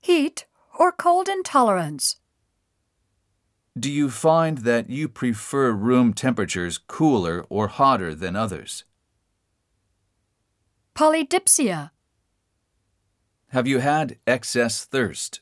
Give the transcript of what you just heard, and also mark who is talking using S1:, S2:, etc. S1: heat, or cold intolerance.
S2: Do you find that you prefer room temperatures cooler or hotter than others?
S1: Polydipsia.
S2: Have you had excess thirst?